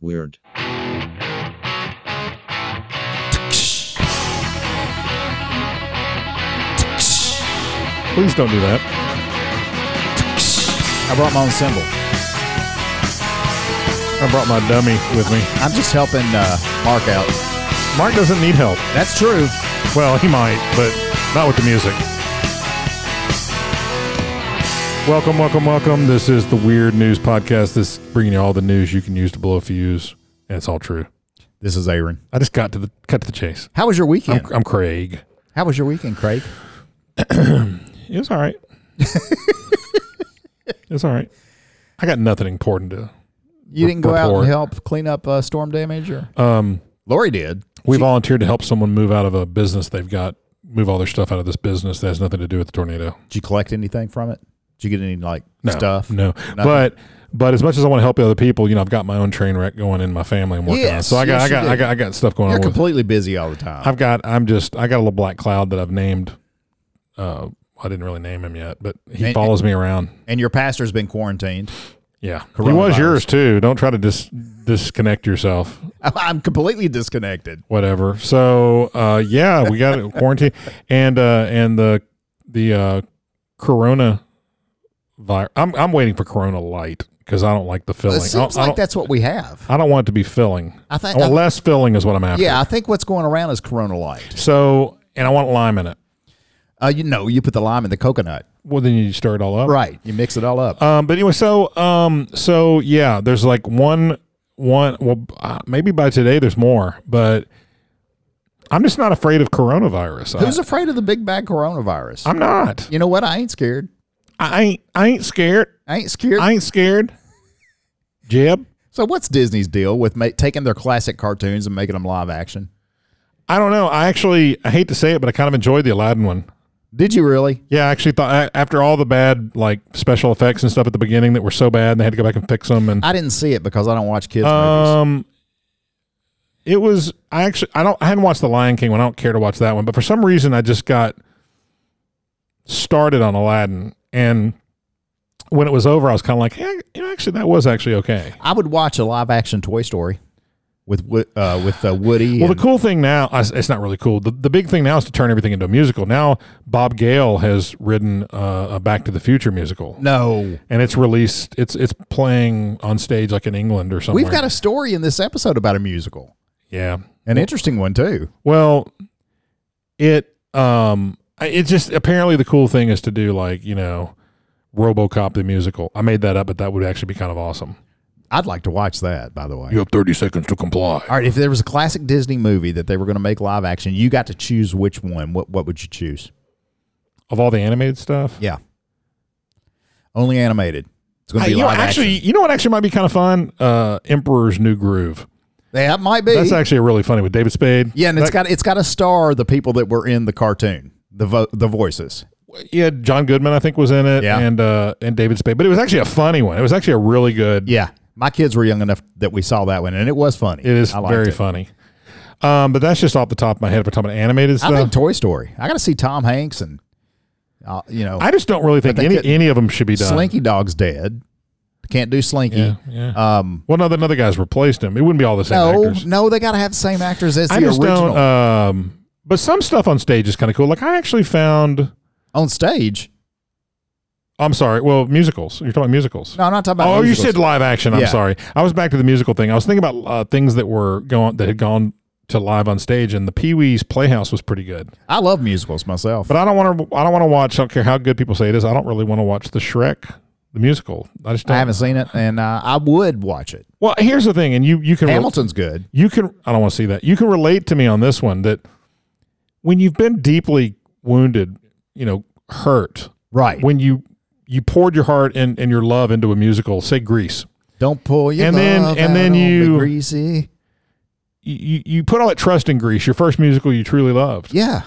Weird. Please don't do that. I brought my own symbol. I brought my dummy with me. I'm just helping uh, Mark out. Mark doesn't need help. That's true. Well, he might, but not with the music. Welcome, welcome, welcome. This is the Weird News Podcast. This is bringing you all the news you can use to blow a fuse, and it's all true. This is Aaron. I just got to the cut to the chase. How was your weekend? I'm, I'm Craig. How was your weekend, Craig? It was all right. it was all right. I got nothing important to. You didn't go out Report. and help clean up uh, storm damage, or Um, Lori did. we volunteered to help someone move out of a business they've got, move all their stuff out of this business that has nothing to do with the tornado. Did you collect anything from it? Did you get any like No, stuff? No, but but as much as I want to help other people, you know, I've got my own train wreck going in my family. I'm working on, Yes, so I got yes, I got, you I do. got I got stuff going on. You're With, completely busy all the time. I've got I'm just I got a little black cloud that I've named. Uh, I didn't really name him yet, but he And- follows me around. and your pastor's been quarantined. Yeah, he was Coronavirus. yours too. Don't try to dis- disconnect yourself. I'm completely disconnected. whatever. So uh, yeah, we got it quarantine and uh, and the the uh, corona virus. I'm I'm waiting for Corona Light because I don't like the filling. It seems I, don't, I, like don't, that's what we have. I don't want it to be filling. I I think. want I- less filling is what I'm after. yeah, I think what's going around is Corona Light. So and I want lime in it. Uh, you know, you put the lime in the coconut. Well, then you stir it all up. Right. You mix it all up. Um, but anyway, so um, so yeah, there's like one one. Well, uh, maybe by today there's more, but. I'm just not afraid of coronavirus. Who's afraid of the big bad coronavirus? I, I'm not. you know what? I ain't scared. I ain't. I ain't scared. I ain't scared. I ain't scared. Jeb, so what's Disney's deal with ma- taking their classic cartoons and making them live action? I don't know. I actually, I hate to say it, but I kind of enjoyed the Aladdin one. Did you really? Yeah, I actually thought I- after all the bad like special effects and stuff at the beginning that were so bad, and they had to go back and fix them. And I didn't see it because I don't watch kids movies. um, it was I actually I don't I hadn't watched the Lion King one. I don't care to watch that one, but for some reason I just got started on Aladdin, and when it was over, I was kind of like, hey, you know, actually that was actually okay. I would watch a live action Toy Story with Wo- uh, with uh, Woody. Well, and- the cool thing now, I- it's not really cool. The, the big thing now is to turn everything into a musical. Now, Bob Gale has written uh, a Back to the Future musical, no, and it's released. It's it's playing on stage like in England or something. we've got a story in this episode about a musical, yeah. an interesting one too. Well, it um, I- it just apparently the cool thing is to do like you know, RoboCop the musical. I made that up, but that would actually be kind of awesome. I'd like to watch that. By the way, have thirty seconds to comply. all right. If there was a classic Disney movie that they were going to make live action, you got to choose which one. What what would you choose? Of all the animated stuff, Yeah, only animated. It's going I- to be you know, live actually, action. you know what actually might be kind of fun? Uh, Emperor's New Groove. That might be. That's actually really funny with David Spade. yeah, and it's that, got it's got to star the people that were in the cartoon, the vo- the voices. yeah, John Goodman I think was in it, Yeah. and uh, and David Spade. But it was actually a funny one. It was actually a really good. Yeah, my kids were young enough that we saw that one, and it was funny. It is I liked very it. funny. Um, but that's just off the top of my head. If we're talking about animated I think stuff, Toy Story. I got to see Tom Hanks and, uh, you know, I just don't really think they any could- any of them should be done. Slinky Dog's dead. Can't do Slinky. Yeah, yeah. Um, well, no, another guy's replaced him. It wouldn't be all the same no, actors. no, they got to have the same actors as I the just original don't. Um, but some stuff on stage is kind of cool. Like I actually found. on stage. I'm sorry. Well, musicals. You're talking about musicals. No, I'm not talking about. Oh, you musicals. said live action. I'm Yeah. sorry. I was back to the musical thing. I was thinking about uh, things that were going that had gone to live on stage, and the Pee Wee's Playhouse was pretty good. I love musicals myself. But I don't want to. I don't want to watch. I don't care how good people say it is. I don't really want to watch the Shrek the musical. I just I don't. haven't seen it, and uh, I would watch it. well, here's the thing, and you you can re- Hamilton's good. you can. I don't want to see that. You can relate to me on this one that when you've been deeply wounded, you know, hurt Right. when you you poured your heart and, and your love into a musical, say Grease. Don't pull your And then- love and then out on me, you- greasy. you, you put all that trust in Grease, your first musical you truly loved, Yeah,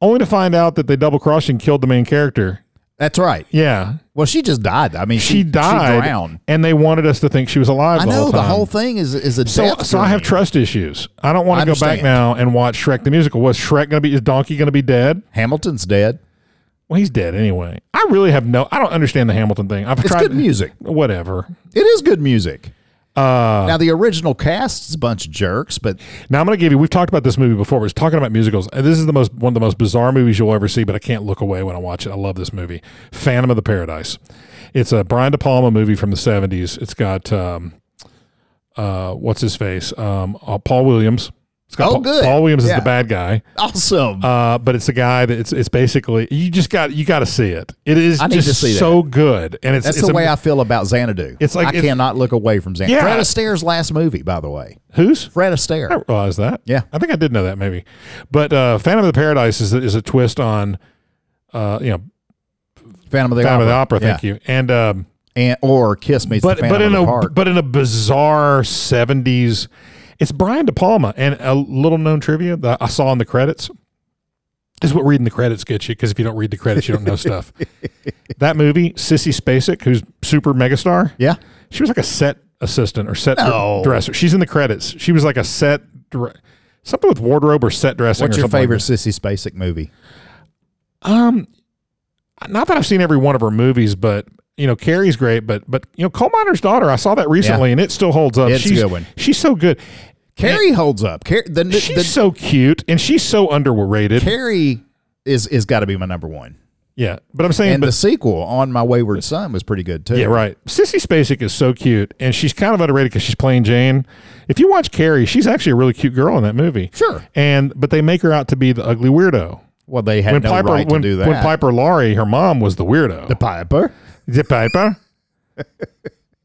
only to find out that they double crossed and killed the main character. that's right. Yeah, Well, she just died. I mean, she, she, died, She drowned. and they wanted us to think she was alive. I the know whole the time. whole thing is is a So, death so I have journey. trust issues. I don't want I to go back understand. now and watch Shrek the musical. Was Shrek going to be? Is Donkey going to be dead? Hamilton's dead. Well, he's dead anyway. I really have no. I don't understand the Hamilton thing. I've It's tried good music. Whatever. It is good music. Uh, now the original cast is a bunch of jerks, but Now I'm going to give you. We've talked about this movie before. We was talking about musicals, and this is the most one of the most bizarre movies you'll ever see. But I can't look away when I watch it. I love this movie, Phantom of the Paradise. It's a Brian De Palma movie from the '70s. It's got um, uh, what's his face? Um, uh, Paul Williams. It's got Oh, Paul, good. Paul Williams is Yeah. the bad guy, awesome. uh, but it's a guy that it's it's basically you just got you got to see it. It is I need just to see that. so good, and it's That's it's the a- way I feel about Xanadu. It's like- I it's- cannot look away from Xanadu. Yeah. Oh, Fred Astaire's last movie, by the way. who's Fred I Astaire. didn't realize that. Yeah. I think I did know that maybe. But uh, Phantom of the Paradise is is a twist on, uh, you know, Phantom of the Phantom of the Opera. Opera. Thank you. And um, And, or Kiss Me, but the but Phantom in of a the Park. but in a bizarre seventies, it's Brian De Palma. And a little known trivia that I saw in the credits is what reading the credits gets you because if you don't read the credits, you don't know stuff. That movie, Sissy Spacek, who's super megastar, yeah. she was like a set assistant or set No. dresser. She's in the credits. She was like a set. Dre- Something with wardrobe or set dressing. What's or your something like favorite that. Sissy Spacek movie? Um, not that I've seen every one of her movies, but you know, Carrie's great. But but you know, Coal Miner's Daughter, I saw that recently, and it still holds up. It's a she's, good one. She's so good. Carrie holds up. Carrie, the, the, She's so cute, and she's so underrated. Carrie is is got to be my number one. yeah, but I'm saying, And the but, sequel on My Wayward Son was pretty good too. yeah, right. Sissy Spacek is so cute, and she's kind of underrated because she's playing Jane. If you watch Carrie, she's actually a really cute girl in that movie. Sure. And but they make her out to be the ugly weirdo. Well, they had When no Piper right when, to do that. when Piper Laurie, her mom was the weirdo. the Piper. the paper.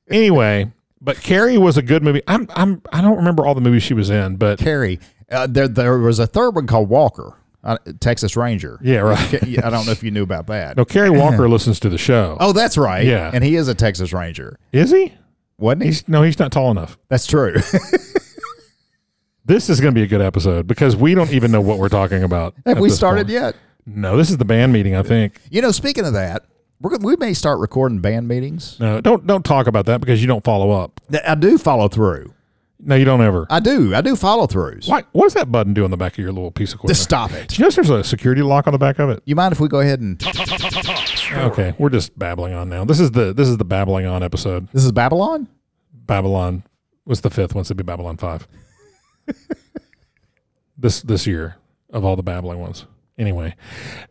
anyway, but Carrie was a good movie. I'm I'm I don't remember all the movies she was in, but Carrie. Uh, there, there was a third one called Walker, uh, Texas Ranger. yeah, right. Ca- yeah, I don't know if you knew about that. No, Carrie Walker listens to the show. Oh, that's right. Yeah. and he is a Texas Ranger, Is he? wasn't he? He's no, he's not tall enough. That's true. This is going to be a good episode because we don't even know what we're talking about. Have at we this started point. yet? No, this is the band meeting. I think. You know, speaking of that, we're, gonna- we may start recording band meetings. No, don't don't talk about that because you don't follow up. Th- I do follow through. No, you don't ever. I do. I do follow throughs. Why? What does that button do on the back of your little piece of equipment? Just stop it. Do you notice there's a security lock on the back of it? You mind if we go ahead and Okay, we're just babbling on now. This is the this is the babbling on episode. this is Babylon? Babylon was the fifth one, so it'd be Babylon five. this this year of all the babbling ones. Anyway,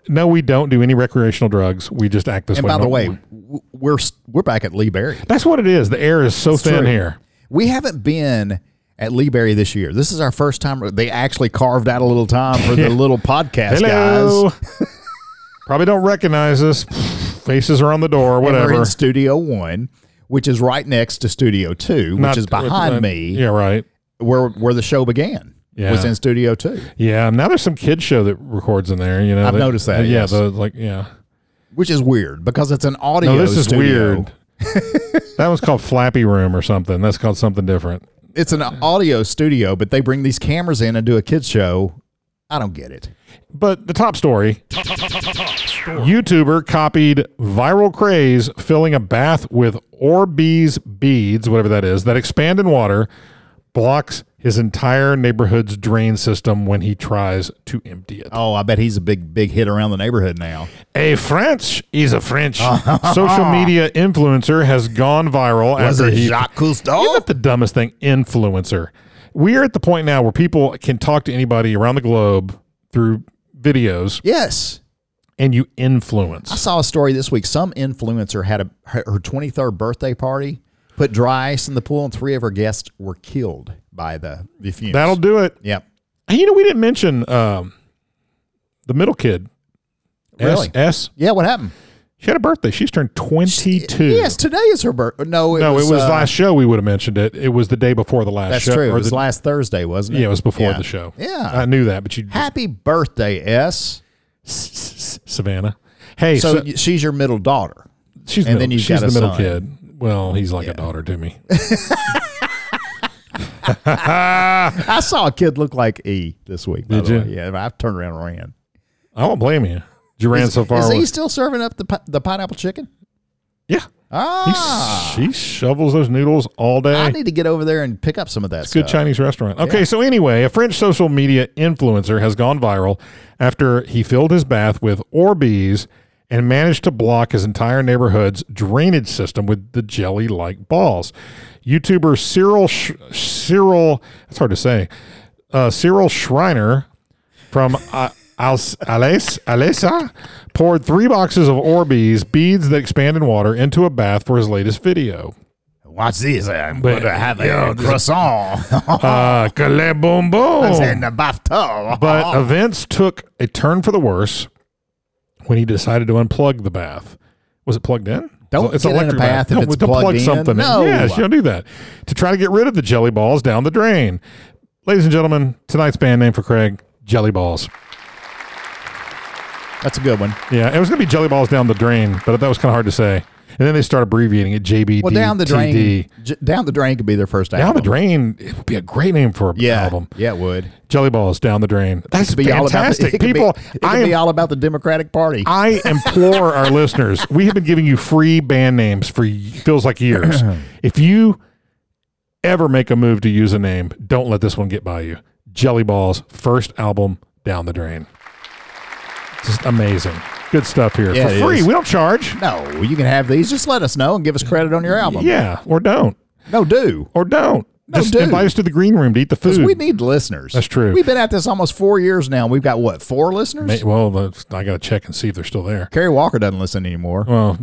no, we don't do any recreational drugs. We just act this And way. by the No- way, w- we're s- we're back at Lee Berry. that's what it is. The air is so thin true. here. We haven't been at Lee Berry this year. This is our first time. They actually carved out a little time for the little podcast Hello. guys. Probably don't recognize us. Faces are on the door. And We're Whatever. in Studio One, which is right next to Studio Two, which Not- is behind uh, me, Yeah, right. where where the show began. Yeah. Was in Studio Two, Yeah. Now there's some kid show that records in there. You know, uh, I've noticed that, Yeah. yes. The, like yeah. which is weird because it's an audio. No, this is studio. weird. that was called Flappy Room or something. That's called something different. It's an audio studio, but they bring these cameras in and do a kids show. I don't get it. But the top story YouTuber copied viral craze filling a bath with Orbeez beads, whatever that is, that expand in water, blocks his entire neighborhood's drain system when he tries to empty it. Oh, I bet he's a big big hit around the neighborhood now. A French is a French social media influencer has gone viral Was after it he Jacques Isn't Cousteau? that the dumbest thing? Influencer. We are at the point now where people can talk to anybody around the globe through videos Yes. and you I influence. saw a story this week. Some influencer had a her, her 23rd birthday party, put dry ice in the pool, and three of her guests were killed by the, the fumes. That'll do it. yep. And you know, we didn't mention um, the middle kid. Really? S, S. Yeah, what happened? She had a birthday. She's turned 22. Yes, today is her birthday. No, it No, was, it was uh, last show we would have mentioned it. It was the day before the last That's show. true. It or was the- last Thursday, wasn't it? yeah, it was before Yeah. the show. Yeah. I knew that, but you, Happy birthday, S. Savannah. Hey, So, so, y she's your middle daughter. she's, and middle, then you've she's got a the middle son. kid. Well, he's like a daughter to me. I saw a kid look like E this week. by Did the you? way. Yeah, I turned around and ran. I won't blame you. You ran so far. Is he with- still serving up the, pi- the pineapple chicken? yeah. He s- Ah, She shovels those noodles all day. I need to get over there and pick up some of that Good stuff. Chinese restaurant. Okay, so anyway, a French social media influencer has gone viral after he filled his bath with Orbeez and managed to block his entire neighborhood's drainage system with the jelly like balls. YouTuber Cyril, Sh- Cyril, that's hard to say, uh, Cyril Schreiner from uh, Als- Ales- Alesa poured three boxes of Orbeez beads that expand in water into a bath for his latest video. Watch this. I'm But- gonna have a yeah, this- croissant Uh, Calais Boom in Boom. the bathtub. But events took a turn for the worse when he decided to unplug the bath. Was it plugged in? Don't it's get in a electric bath if No, it's don't plug plugged in. something No. in. Yes, you don't do that. To try to get rid of the jelly balls down the drain. Ladies and gentlemen, tonight's band name for Craig, Jelly Balls. That's a good one. Yeah, it was going to be Jelly Balls down the drain, but that was kind of hard to say. And then they start abbreviating it JBD. Well, down the drain. J- down the drain could be their first album. Down the drain, it would be a great name for an Yeah, album. yeah, it would. Jelly Balls down the drain. That's It'd be all about the, fantastic. it could be- People, it could I am be all about the Democratic Party. I implore our listeners. We have been giving you free band names for y- feels like years. if you ever make a move to use a name, don't let this one get by you. Jelly Balls first album down the drain. Just amazing. Good stuff here Yeah, it for free. is. We don't charge. no, you can have these. Just let us know and give us credit on your album. Yeah, or don't, No, do. or don't. No, Just dude. invite us to the green room to eat the Because food. we need listeners. That's true. We've been at this almost four years now. and We've got what four listeners? Ma- well, that's- I got to check and see if they're still there. Kerry Walker doesn't listen anymore. Well,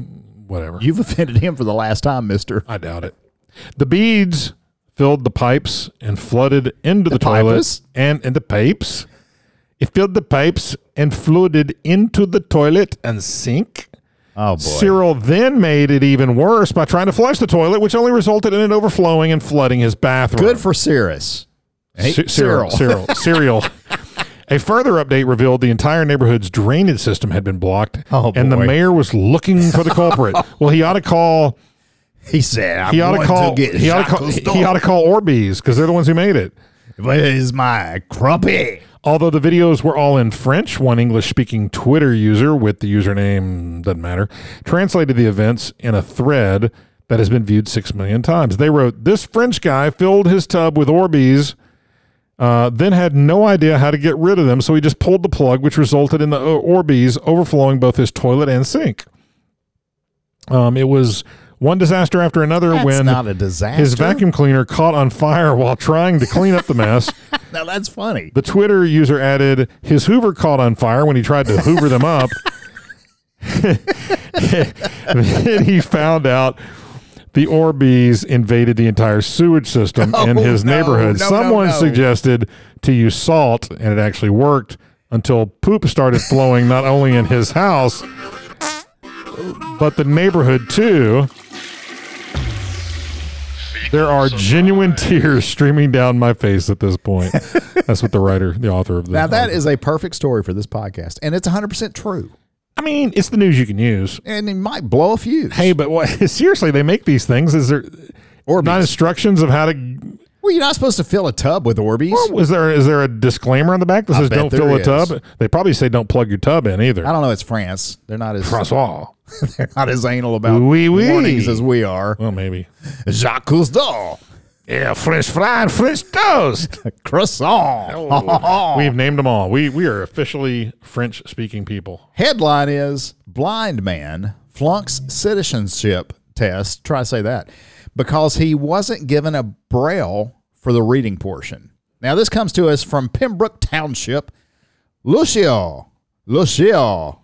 whatever. You've offended him for the last time, Mister. I doubt it. The beads filled the pipes and flooded into the, toilet pipes? and in the pipes. It filled the pipes and flooded into the toilet and sink. Oh boy. Cyril then made it even worse by trying to flush the toilet, which only resulted in it overflowing and flooding his bathroom. Good for Cirrus. Hey, C- Cyril. Cyril. Cyril. A further update revealed the entire neighborhood's drainage system had been blocked, Oh, and the boy. mayor was looking for the culprit. well, he ought to call He said, "I'm he ought to going call. to get he ought to call. He ought to call Orbeez because they're the ones who made it. Where's my crumpy?" Although the videos were all in French, one English-speaking Twitter user with the username doesn't matter translated the events in a thread that has been viewed six million times. They wrote, "This French guy filled his tub with Orbeez." Uh, then had no idea how to get rid of them, so he just pulled the plug, which resulted in the O- Orbeez overflowing both his toilet and sink. Um, it was one disaster after another That's when not a disaster. his vacuum cleaner caught on fire while trying to clean up the mess. Now that's funny. The Twitter user added, his Hoover caught on fire when he tried to Hoover them up. then he found out the Orbeez invaded the entire sewage system in Oh, his no, neighborhood. no, no, Someone no. suggested to use salt, and it actually worked until poop started flowing not only in his house, but the neighborhood too. There are genuine tears streaming down my face at this point. That's what the writer, the author of the. Now that is a perfect story for this podcast, and it's 100 percent true. I mean, it's the news you can use. And it might blow a fuse. Hey, but what, seriously, they make these things. Is there Orbeez. not instructions of how to? well, you're not supposed to fill a tub with Orbeez. Is there is there a disclaimer on the back that says bet don't there fill a is. tub? They probably say don't plug your tub in I either. don't know. It's France. They're not as Francois. they're not as anal about Oui, oui. warnings as we are. Well, maybe. Jacques Cousteau, Yeah, French fry and French toast. croissant. Oh. We've named them all. We we are officially French speaking people. Headline is Blind Man Flunks Citizenship Test. Try to say that. Because he wasn't given a braille for the reading portion. Now, this comes to us from Pembroke Township. Lucio, Lucio,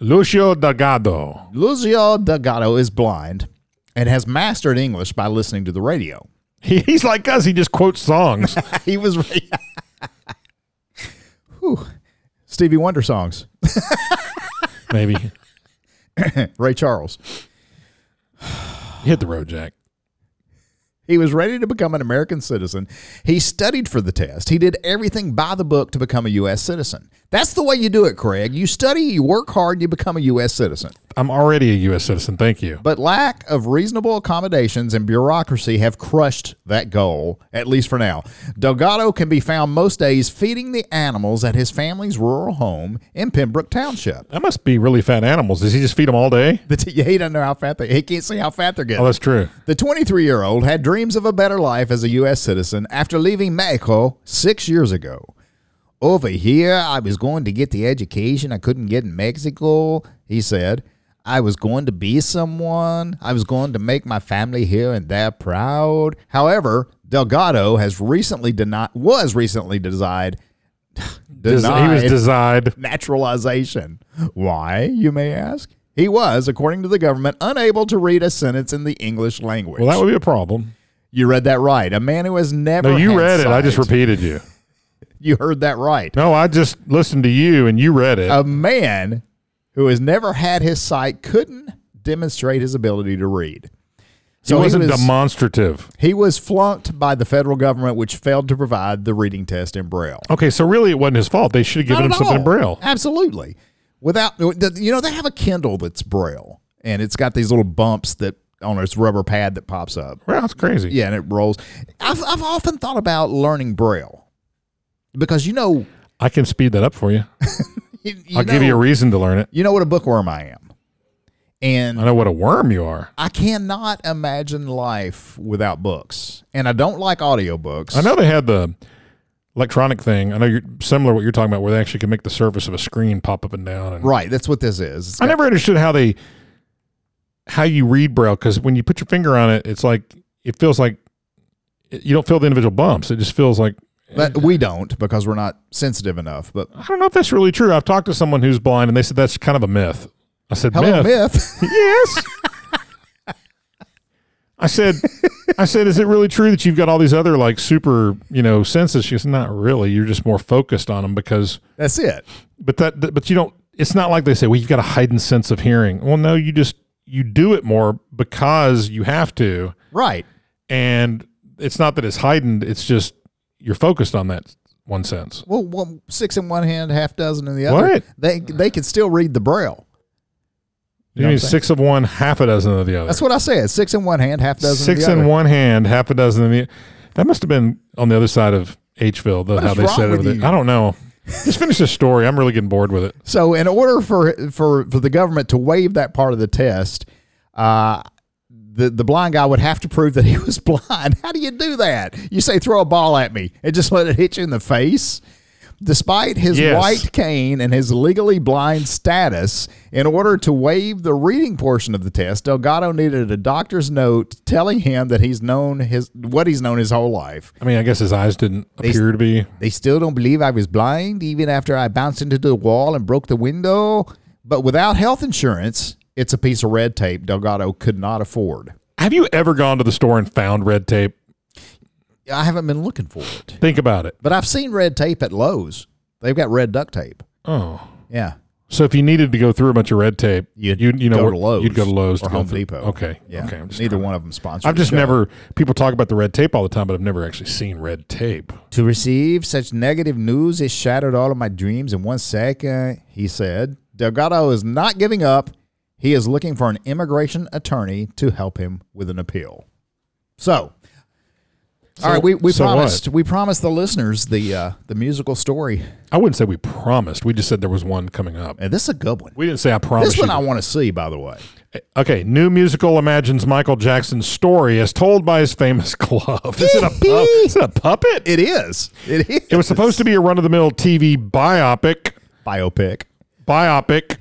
Lucio Delgado. Lucio Delgado is blind and has mastered English by listening to the radio. He, he's like us. He just quotes songs. He was. Re- Whew. Stevie Wonder songs. maybe Ray Charles. hit the road, Jack. He was ready to become an American citizen. He studied for the test. He did everything by the book to become a U.S. citizen. That's the way you do it, Craig. You study, you work hard, you become a U.S. citizen. I'm already a U.S. citizen. Thank you. But lack of reasonable accommodations and bureaucracy have crushed that goal, at least for now. Delgado can be found most days feeding the animals at his family's rural home in Pembroke Township. That must be really fat animals. Does he just feed them all day? The t- he doesn't know how fat they. He can't see how fat they're getting. Oh, that's true. The 23 year old had dreams of a better life as a U.S. citizen after leaving Mexico six years ago. Over here, I was going to get the education I couldn't get in Mexico, he said. I was going to be someone. I was going to make my family here and there proud. However, Delgado has recently denied, was recently denied, Des- he was denied designed. naturalization. Why, you may ask? He was, according to the government, unable to read a sentence in the English language. Well, that would be a problem. you read that right. A man who has never. No, you had read it. I just sight. repeated you. You heard that right. No, I just listened to you and you read it. A man who has never had his sight couldn't demonstrate his ability to read. he he wasn't was- demonstrative. He was flunked by the federal government, which failed to provide the reading test in Braille. Okay, so really it wasn't his fault. They should have given him Not at something in all. Braille. Absolutely. Without, you know, they have a Kindle that's Braille, and it's got these little bumps that on this rubber pad that pops up. Well, that's crazy. Yeah, and it rolls. I've, I've often thought about learning Braille because you know, I can speed that up for you. you, you I'll give know- you a reason to learn it. you know what a bookworm I am, and I know what a worm you are. I cannot imagine life without books, and I don't like audiobooks. I know they had the electronic thing. I know you're similar to what you're talking about, where they actually can make the surface of a screen pop up and down. And Right, that's what this is. It's I got- never understood how they how you read braille because when you put your finger on it, it's like it feels like you don't feel the individual bumps. It just feels like But we don't because we're not sensitive enough. But I don't know if that's really true. I've talked to someone who's blind and they said that's kind of a myth. I said hello, myth. myth. Yes. I said, I said, is it really true that you've got all these other like super, you know, senses? She goes, not really. You're just more focused on them because, That's it. but that, that- but you don't. It's not like they say, well, you've got a heightened sense of hearing. Well, no, you just you do it more because you have to, Right. and it's not that it's heightened. It's just you're focused on that one sense. Well, well six in one hand, half dozen in the other. What? They they can still read the braille. You, know what mean I'm saying? six of one, half a dozen of the other. That's what I said. Six in one hand, half dozen. six in, the in other. one hand, half a dozen in the. That must have been on the other side of Hville, though, how is they wrong said it. with over there. you? I don't know. Just finish this story. I'm really getting bored with it. So, in order for for for the government to waive that part of the test, uh, the the blind guy would have to prove that he was blind. How do you do that? You say throw a ball at me and just let it hit you in the face. Despite his Yes. white cane and his legally blind status, in order to waive the reading portion of the test, Delgado needed a doctor's note telling him that he's known his what he's known his whole life. I mean, I guess his eyes didn't They- appear to be. They still don't believe I was blind, even after I bounced into the wall and broke the window. But without health insurance, it's a piece of red tape Delgado could not afford. Have you ever gone to the store and found red tape? I haven't been looking for it, Think about it. but I've seen red tape at Lowe's. They've got red duct tape. Oh, Yeah. so if you needed to go through a bunch of red tape, You'd you you know go where- to Lowe's You'd go to Lowe's or to go Home through- Depot. Okay. Yeah. Okay. I'm just, Neither one of them sponsored. I've the just show. never. People talk about the red tape all the time, but I've never actually seen red tape. To receive such negative news, it shattered all of my dreams in one second, he said. Delgado is not giving up. He is looking for an immigration attorney to help him with an appeal. So, all right, we, we so what? promised we promised the listeners the uh, the musical story, I wouldn't say we promised. We just said there was one coming up. and this is a good one. We didn't say I promised. This one you I want to see, by the way. Okay, new musical imagines Michael Jackson's story as told by his famous glove. Is it a, pu- is it a puppet? It is. It is. It was supposed to be a run of the mill TV biopic. biopic, Biopic.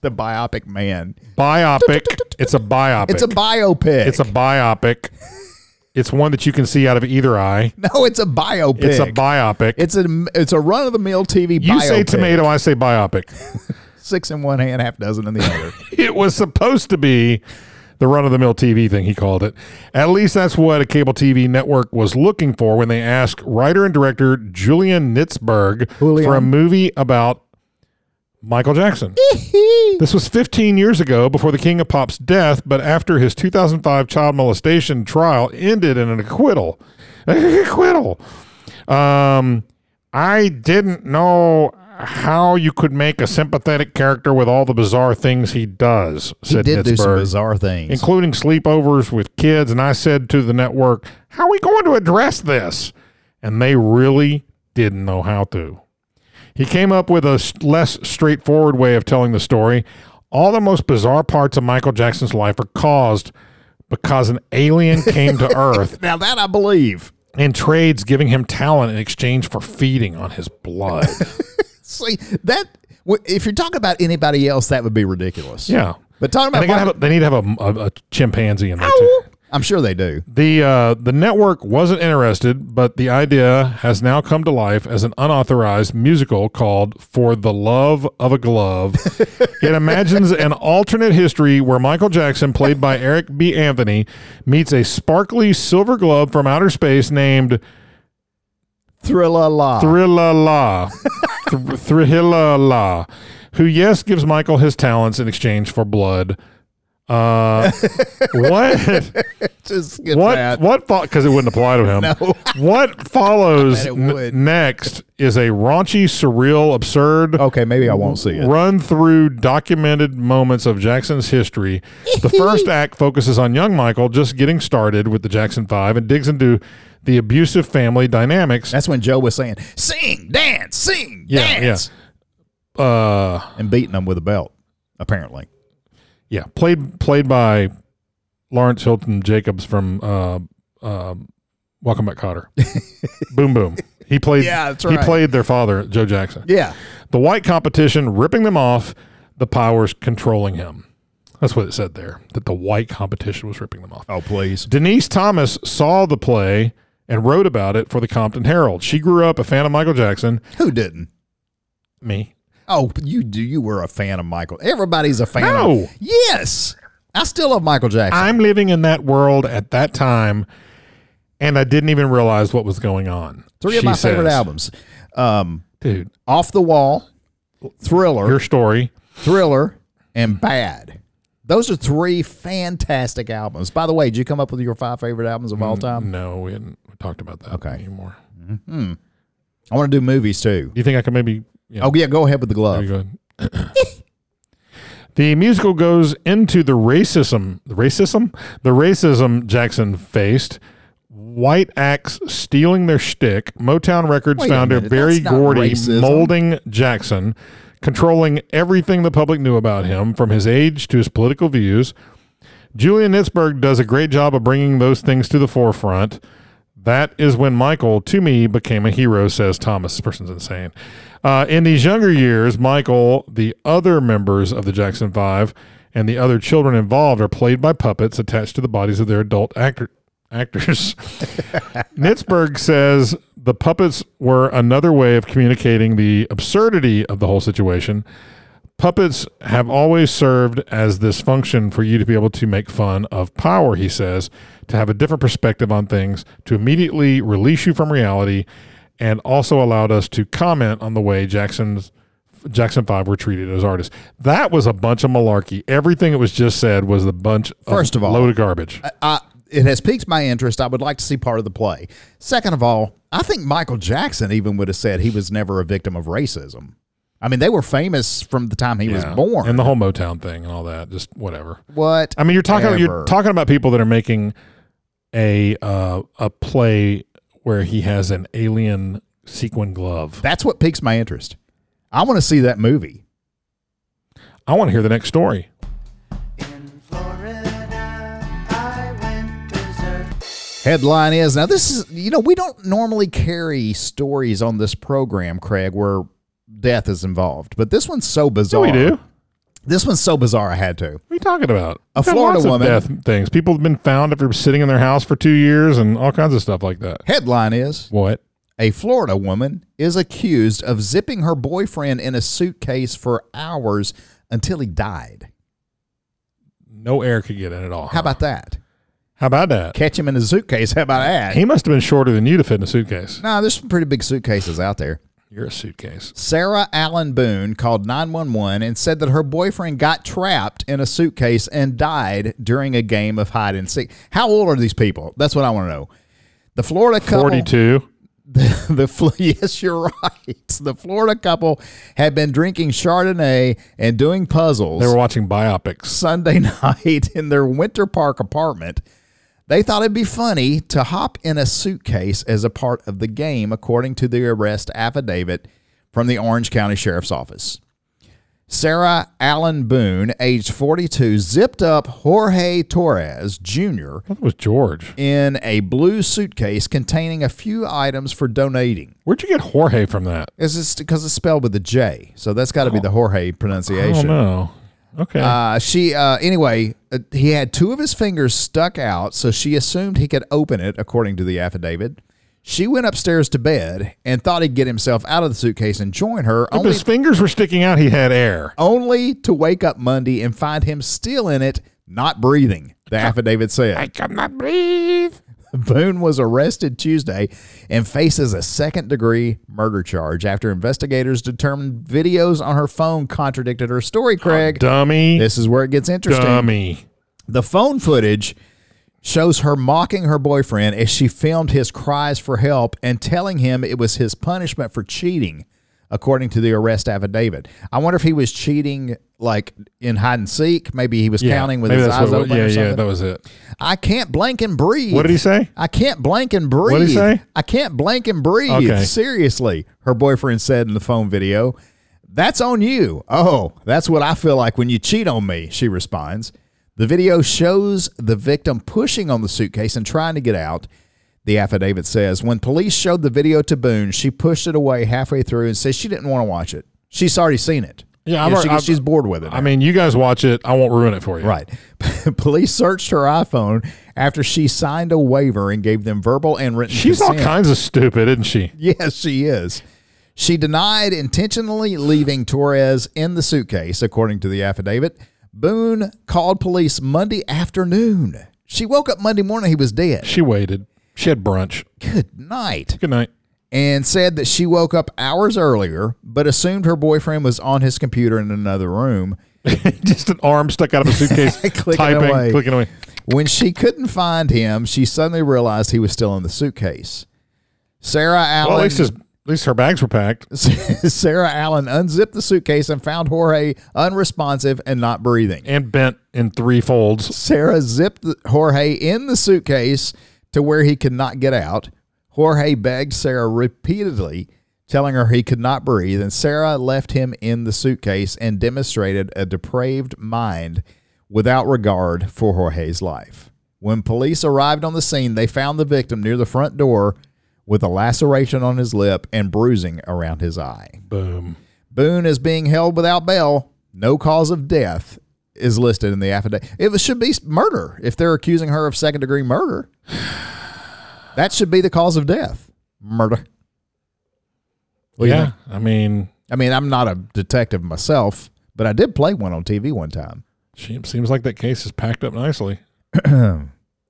the biopic man. Biopic. It's a biopic. It's a biopic. It's a biopic. It's one that you can see out of either eye. no. It's a biopic. It's a biopic. It's a it's a run of the mill TV. you say biopic. tomato, I say biopic. six in one hand, half dozen in the other. it was supposed to be the run of the mill TV thing, he called it. At least that's what a cable TV network was looking for when they asked writer and director Julian Nitzberg Julian. for a movie about Michael Jackson. this was 15 years ago before the King of Pop's death, but after his 2005 child molestation trial ended in an acquittal. acquittal. Um, I didn't know how you could make a sympathetic character with all the bizarre things he does, he said did do some Nitzberg, bizarre things. including sleepovers with kids. And I said to the network, How are we going to address this? And they really didn't know how to. He came up with a s- less straightforward way of telling the story. All the most bizarre parts of Michael Jackson's life are caused because an alien came to Earth now that I believe. and trades giving him talent in exchange for feeding on his blood. See that w- if you're talking about anybody else, that would be ridiculous. yeah. But talking And about, they, gotta Michael- have a, they need to have a, a- a chimpanzee in there too. I'm sure they do. The uh, the network wasn't interested, but the idea has now come to life as an unauthorized musical called "For the Love of a Glove." it imagines an alternate history where Michael Jackson, played by Eric B. Anthony, meets a sparkly silver glove from outer space named Thrilla la. Thrilla La, Thr- Thrilla La, who yes gives Michael his talents in exchange for blood. Uh, what? Just get what that. what because it wouldn't apply to him. what follows I bet it n- would. next is a raunchy, surreal, absurd Okay, maybe I won't see it. run through documented moments of Jackson's history. The first act focuses on young Michael just getting started with the Jackson 5 and digs into the abusive family dynamics. That's when Joe was saying, "Sing, dance, sing, Yeah, dance," Uh and beating them with a belt. Apparently, yeah, played played by Lawrence Hilton Jacobs from uh, uh, Welcome Back Cotter. boom boom. He played Yeah, that's he right. played their father, Joe Jackson. yeah. The white competition ripping them off, the powers controlling him. That's what it said there, that the white competition was ripping them off. Oh please, Denise Thomas saw the play and wrote about it for the Compton Herald. She grew up a fan of Michael Jackson. who didn't? Me. Oh, you do. You were a fan of Michael. Everybody's a fan. No. Of, yes, I still love Michael Jackson. I'm living in that world at that time, and I didn't even realize what was going on. Three of She my favorite says. albums: um, Dude, Off the Wall, Thriller, your story. Thriller, and Bad. Those are three fantastic albums. By the way, did you come up with your five favorite albums of all time? No, we hadn't talked about that Um, Okay. anymore. I want to do movies too. Do you think I could maybe? Yeah, Oh yeah, go ahead with the glove. you go ahead. the musical goes into the racism, the racism, the racism Jackson faced. White acts stealing their shtick. Motown Records Wait a founder minute, Barry that's not Gordy racism. molding Jackson, controlling everything the public knew about him, from his age to his political views. Julian Nitzberg does a great job of bringing those things to the forefront. That is when Michael, to me, became a hero, says Thomas. This person's insane. Uh, in these younger years, Michael, the other members of the Jackson Five, and the other children involved are played by puppets attached to the bodies of their adult actor, actors. Nitzberg says the puppets were another way of communicating the absurdity of the whole situation. Puppets have always served as this function for you to be able to make fun of power, he says, to have a different perspective on things, to immediately release you from reality, and also allowed us to comment on the way Jackson's Jackson Five were treated as artists. That was a bunch of malarkey. Everything that was just said was a bunch First of all, load of garbage. I, it has piqued my interest. I would like to see part of the play. Second of all, I think Michael Jackson even would have said he was never a victim of racism. I mean, they were famous from the time he was Yeah. born. and the whole Motown thing and all that. Just whatever. what? I mean, you're talking Ever. you're talking about people that are making a uh, a play where he has an alien sequin glove. That's what piques my interest. I want to see that movie. I want to hear the next story. In Florida, I went berserk. Headline is now this is you know we don't normally carry stories on this program, Craig, where death is involved, but this one's so So bizarre. we do. What This one's so bizarre. I had to. are you talking about? A We've got Florida lots of woman- death things. People have been found after sitting in their house for two years and all kinds of stuff like that. Headline is What? A Florida woman is accused of zipping her boyfriend in a suitcase for hours until he died. No air could get in at all. How about that? How about that? Catch him in a suitcase. How about that? He must have been shorter than you to fit in a suitcase. Nah, there's some pretty big suitcases out there. You're a suitcase. Sarah Allen Boone called 911 and said that her boyfriend got trapped in a suitcase and died during a game of hide and seek. How old are these people? That's what I want to know. The Florida couple. Forty-two. the, the Fl- yes, you're right. The Florida couple had been drinking Chardonnay and doing puzzles. They were watching biopics. Sunday night in their Winter Park apartment. They thought it'd be funny to hop in a suitcase as a part of the game, according to the arrest affidavit from the Orange County Sheriff's Office. Sarah Allen Boone, age 42, zipped up Jorge Torres Jr. That was George. in a blue suitcase containing a few items for donating. Where'd you get Jorge from that? Is this because it's spelled with a J? So that's got to be the Jorge I don't pronunciation. know. Okay. Uh, she uh, anyway, uh, he had two of his fingers stuck out, so she assumed he could open it, according to the affidavit. She went upstairs to bed and thought he'd get himself out of the suitcase and join her, if only, his fingers were sticking out, he had air. only to wake up Monday and find him still in it, not breathing. The affidavit said. I cannot breathe. Boone was arrested Tuesday and faces a second degree murder charge after investigators determined videos on her phone contradicted her story, Craig. Dummy. This is where it gets interesting. dummy. The phone footage shows her mocking her boyfriend as she filmed his cries for help and telling him it was his punishment for cheating, according to the arrest affidavit. I wonder if he was cheating like in hide and seek. Maybe he was Yeah, counting with maybe his that's eyes what- open Yeah, or yeah, something. that was it. I can't blank and breathe. What did he say? I can't blank and breathe. What'd he say? I can't blank and breathe. Okay. Seriously, her boyfriend said in the phone video. That's on you. Oh, that's what I feel like when you cheat on me, she responds. The video shows the victim pushing on the suitcase and trying to get out. The affidavit says when police showed the video to Boone, she pushed it away halfway through and said she didn't want to watch it. She's already seen it. Yeah, You know, I've- she- I've- she's bored with it. I mean, you guys watch it. I won't ruin it for you. Right. Police searched her iPhone after she signed a waiver and gave them verbal and written She's all consent. kinds of stupid, isn't she? yes, she is. She denied intentionally leaving Torres in the suitcase, according to the affidavit. Boone called police Monday afternoon. She woke up Monday morning, he was dead. She waited. She had brunch. Good night. Good night. And said that she woke up hours earlier, but assumed her boyfriend was on his computer in another room. Just an arm stuck out of a suitcase, Clicking typing, away. clicking away. When she couldn't find him, she suddenly realized he was still in the suitcase. Sarah Allen, Well, at least, his, at least her bags were packed. Sarah Allen unzipped the suitcase and found Jorge unresponsive and not breathing. and bent in three folds. Sarah zipped the- Jorge in the suitcase to where he could not get out. Jorge begged Sarah repeatedly, telling her he could not breathe, and Sarah left him in the suitcase and demonstrated a depraved mind without regard for Jorge's life. When police arrived on the scene, they found the victim near the front door with a laceration on his lip and bruising around his eye. Boom. Boone is being held without bail. No cause of death is listed in the affidavit. It was- should be murder if they're accusing her of second degree murder. That should be the cause of death. Murder. What do you yeah. think? I mean, I mean, I'm not a detective myself, but I did play one on TV one time. she, seems like that case is packed up nicely.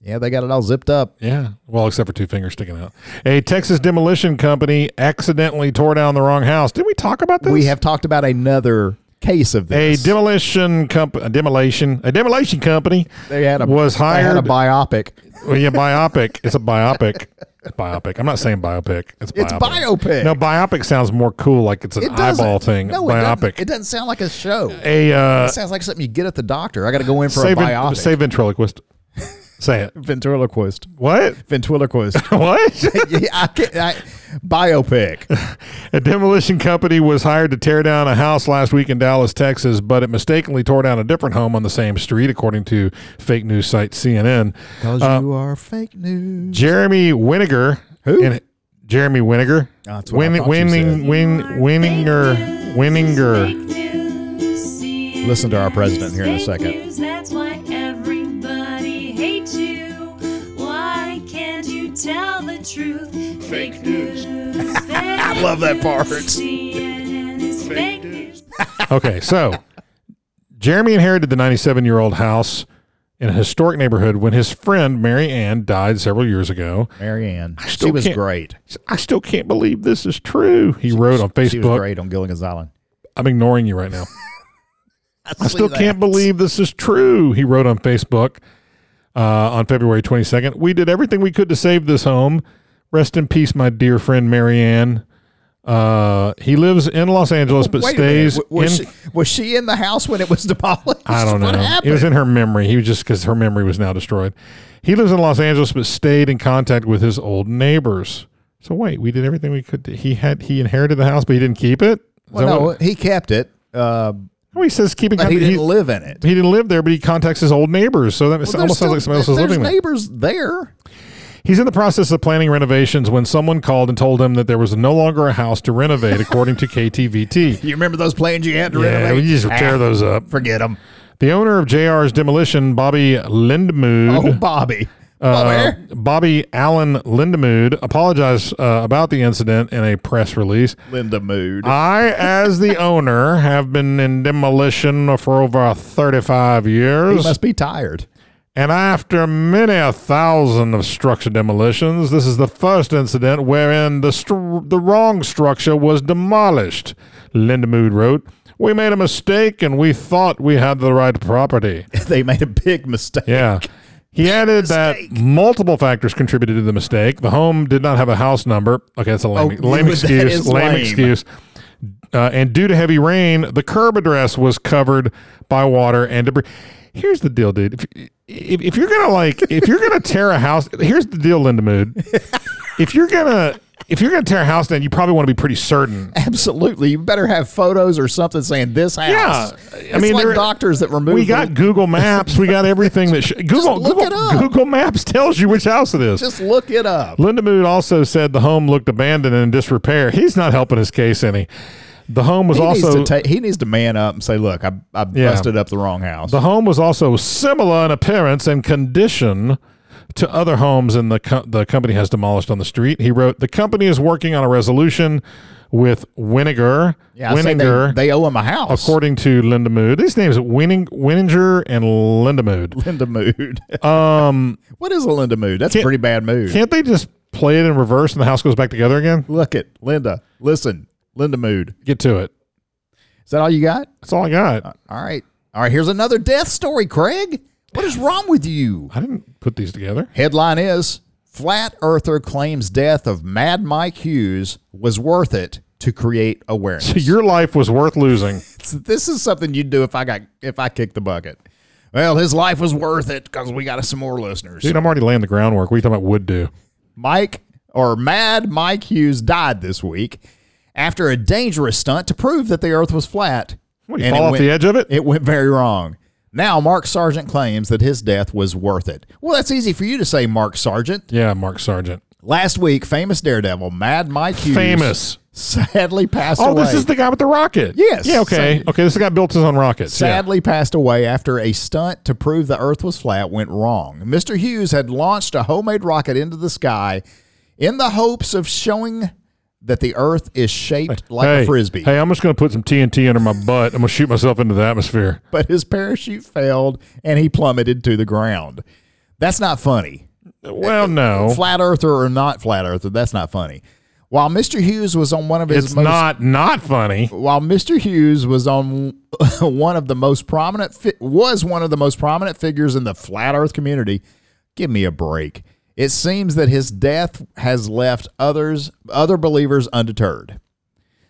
Yeah, they got it all zipped up. Yeah. Well, except for two fingers sticking out. A Texas demolition company accidentally tore down the wrong house. Did we talk about this? We have talked about another case of a this. demolition company. A demolition. A demolition company. they had a was they had a hired- biopic. Well, yeah, biopic. It's a biopic. It's biopic. I'm not saying biopic. It's biopic. It's biopic. No, biopic sounds more cool. Like it's an It doesn't. eyeball thing. No, It biopic. doesn't, it doesn't sound like a show. It a uh, sounds like something you get at the doctor. I got to go in for say, a ven- biopic. say ventriloquist. say it. ventriloquist. What? Ventriloquist. What? yeah, I can't, I, biopic. A demolition company was hired to tear down a house last week in Dallas, Texas, but it mistakenly tore down a different home on the same street, according to fake news site CNN. Because Uh, you are fake news. Jeremy Winiger. Who? and- Jeremy Winiger. Oh, that's what I Win, thought you winning, said. win, winninger, winninger. Listen Listen to our president here in a second. That's why everybody hates you. Why can't you tell the truth? Fake news. I love that part. CNN is fake news. Okay, so Jeremy inherited the 97 year old house in a historic neighborhood when his friend Mary Ann died several years ago. Marianne. She still was can't- great. I still can't believe this is true. He wrote on She was Facebook. great on Gilligan's Island. I'm ignoring you right now. I see still that. can't believe this is true. He wrote on Facebook uh, on February 22nd. We did everything we could to save this home. Rest in peace, my dear friend Marianne. Uh, he lives in Los Angeles, but Wait a minute. stays W- Was, in. she, was she in the house when it was demolished? I don't What know. happened? It was in her memory. He was just because her memory was now destroyed. He lives in Los Angeles, but stayed in contact with his old neighbors. So wait, we did everything we could. To, he had he inherited the house, but he didn't keep it. Is well, that no, what- he kept it. Uh, Well, he says keeping But he contact- didn't live in it. he didn't live there, but he contacts his old neighbors. So that Well, almost there's sounds like still- somebody else is there's living there. neighbors there. He's in the process of planning renovations when someone called and told him that there was no longer a house to renovate, according to KTVT. You remember those plans you had to Yeah, renovate? we just Ah, tear those up. Forget them. The owner of JR's demolition, Bobby Oh, Lindmood, Bobby. Mm-hmm. uh, Bobby. Bobby Allen Lindemood, apologized uh, about the incident in a press release. Linda Mood. I, as the owner, have been in demolition for over 35 he years. must be tired. And after many a thousand of structure demolitions, this is the first incident wherein the, str- the wrong structure was demolished, Lindemood wrote. We made a mistake and we thought we had the right property. they made a big mistake. Yeah. He added Mistake. that multiple factors contributed to the mistake. The home did not have a house number. Okay, that's a lame, Oh, lame that excuse. is Lame, lame. excuse. Uh, and due to heavy rain, the curb address was covered by water and debris. Here's the deal, dude. If, if, if you're gonna like, if you're gonna tear a house, here's the deal, Linda Mood. If you're gonna, if you're gonna tear a house down, you probably want to be pretty certain. Absolutely. You better have photos or something saying this house. Yeah, I I mean, mean, like there- doctors that remove. We got little- Google Maps. We got everything that sh- Google look it Google, up. Google Maps tells you which house it is. Just look it up. Linda Mood also said the home looked abandoned and in disrepair. He's not helping his case any. The home was He also needs to ta- he needs to man up and say, "Look, I, I Yeah. busted up the wrong house." the home was also similar in appearance and condition to other homes in the co- the company has demolished on the street. He wrote, "The company is working on a resolution with Winninger, yeah, I say they, Winninger, they owe him a house. according to Linda Mood. These names Winning Winninger and Linda Mood. Linda Mood. Um, what is a Linda Mood? That's a can't- pretty bad mood. Can't they just play it in reverse and the house goes back together again? Look at Linda. Listen, Linda Mood. Get to it. Is that all you got? That's all I got. All right. All right. Here's another death story, Craig. What is wrong with you? I didn't put these together. Headline is Flat Earther claims death of Mad Mike Hughes was worth it to create awareness. So your life was worth losing. this is something you'd do if I got if I kicked the bucket. Well, his life was worth it because we got some more listeners. Dude, I'm already laying the groundwork. What are you talking about would do? Mike or Mad Mike Hughes died this week after a dangerous stunt to prove that the Earth was flat. What, you And fall it off went- the edge of it? It went very wrong. Now, Mark Sargent claims that his death was worth it. Well, that's easy for you to say, Mark Sargent. Yeah, Mark Sargent. Last week, famous daredevil Mad Mike Hughes Famous. sadly passed Oh, away. this is the guy with the rocket. Yes. Yeah, okay. So- okay, this guy built his own rocket. sadly passed away after a stunt to prove the earth was flat went wrong. Mr. Hughes had launched a homemade rocket into the sky in the hopes of showing that the earth is shaped like hey, a frisbee. Hey, I'm just going to put some TNT under my butt. I'm going to shoot myself into the atmosphere. But his parachute failed and he plummeted to the ground. That's not funny. Well, no. Flat earther or not flat earther, that's not funny. While Mr. Hughes was on one of his It's most not not funny. while Mr. Hughes was on one of the most prominent fi- was one of the most prominent figures in the flat earth community, give me a break. It seems that his death has left others other believers undeterred.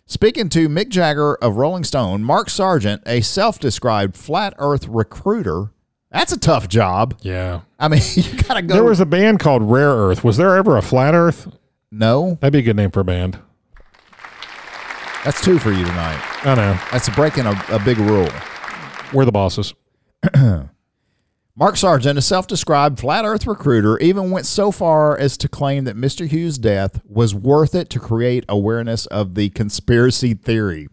Speaking to Mick Jagger of Rolling Stone, Mark Sargent, a self-described flat earth recruiter, that's a tough job. Yeah. I mean, you got to go There was a band called Rare Earth. Was there ever a Flat Earth? No, That'd be a good name for a band. that's two for you tonight. I know. That's breaking a, a big rule. We're the bosses. Mark Sargent, a self described flat earth recruiter, even went so far as to claim that Mr. Hughes' death was worth it to create awareness of the conspiracy theory.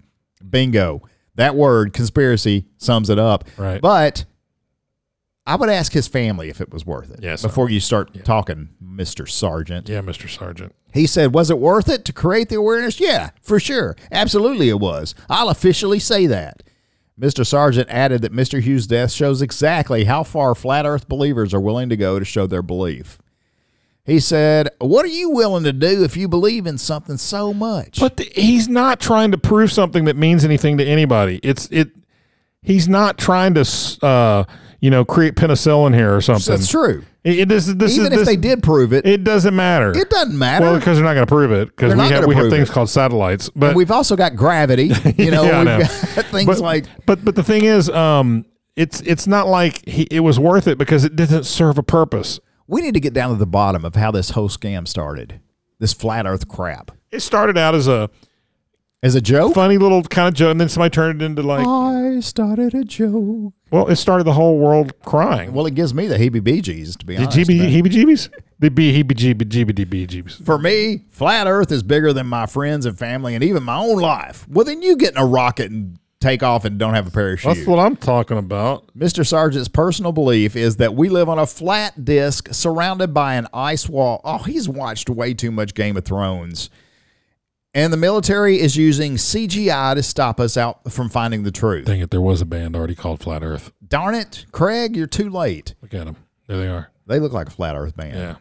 Bingo. That word, conspiracy, sums it up. Right. But I would ask his family if it was worth it Yes, before you start talking, Mr. Sargent. Yeah, Mr. Sargent. He said, Was it worth it to create the awareness? Yeah, for sure. Absolutely it was. I'll officially say that. Mr. Sargent added that Mr. Hughes' death shows exactly how far flat earth believers are willing to go to show their belief. He said, What are you willing to do if you believe in something so much? But the, he's not trying to prove something that means anything to anybody. It's it. He's not trying to, s- uh, you know, create penicillin here or something. That's true. It, it is, this Even is, if this, they did prove it, it doesn't matter. it doesn't matter. Well, because they're not going to prove it because They're we not have gonna we have prove things it. called satellites. And But we've also got gravity. You know, Yeah, I we've know. got things but, like but but the thing is, um, it's it's not like he, it was worth it because it didn't serve a purpose. we need to get down to the bottom of how this whole scam started. This flat earth crap. It started out as a As a joke? funny little kind of joke, and then somebody turned it into like, I started a joke. well, it started the whole world crying. Well, it gives me the heebie-jeebies, to be the honest. but- GB, heebie jeebies? The B heebie jeebie jeebie jeebie jeebies. For me, flat Earth is bigger than my friends and family and even my own life. Well, then you get in a rocket and take off and don't have a parachute. That's what I'm talking about. Mr. Sargent's personal belief is that we live on a flat disk surrounded by an ice wall. Oh, he's watched way too much Game of Thrones. And the military is using CGI to stop us out from finding the truth. Dang it, there was a band already called Flat Earth. Darn it, Craig, you're too late. Look at them. There they are. They look like a flat earth band. Yeah.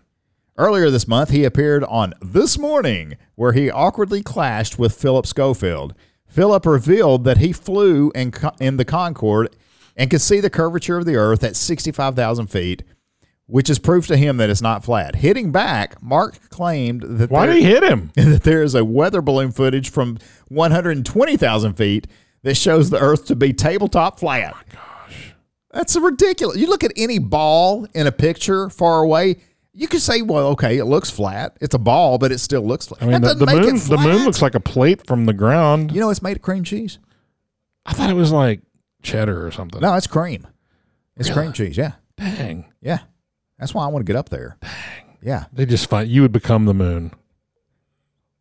Earlier this month, he appeared on This Morning, where he awkwardly clashed with Philip Schofield. Philip revealed that he flew in, co- in the Concorde and could see the curvature of the Earth at 65,000 feet, which is proof to him that it's not flat. Hitting back, Mark claimed that, Why there, did he hit him? that there is a weather balloon footage from 120,000 feet that shows the Earth to be tabletop Oh flat. That's ridiculous. You look at any ball in a picture far away, you could say, well, okay, it looks flat. It's a ball, but it still looks flat. I mean, the, that the doesn't make moon it the flat. moon looks like a plate from the ground. You know, it's made of cream cheese. I thought it was like cheddar or something. No, it's cream. It's cream cheese. Yeah. Dang. Yeah. That's why I want to get up there. Yeah. They just find you would become the moon.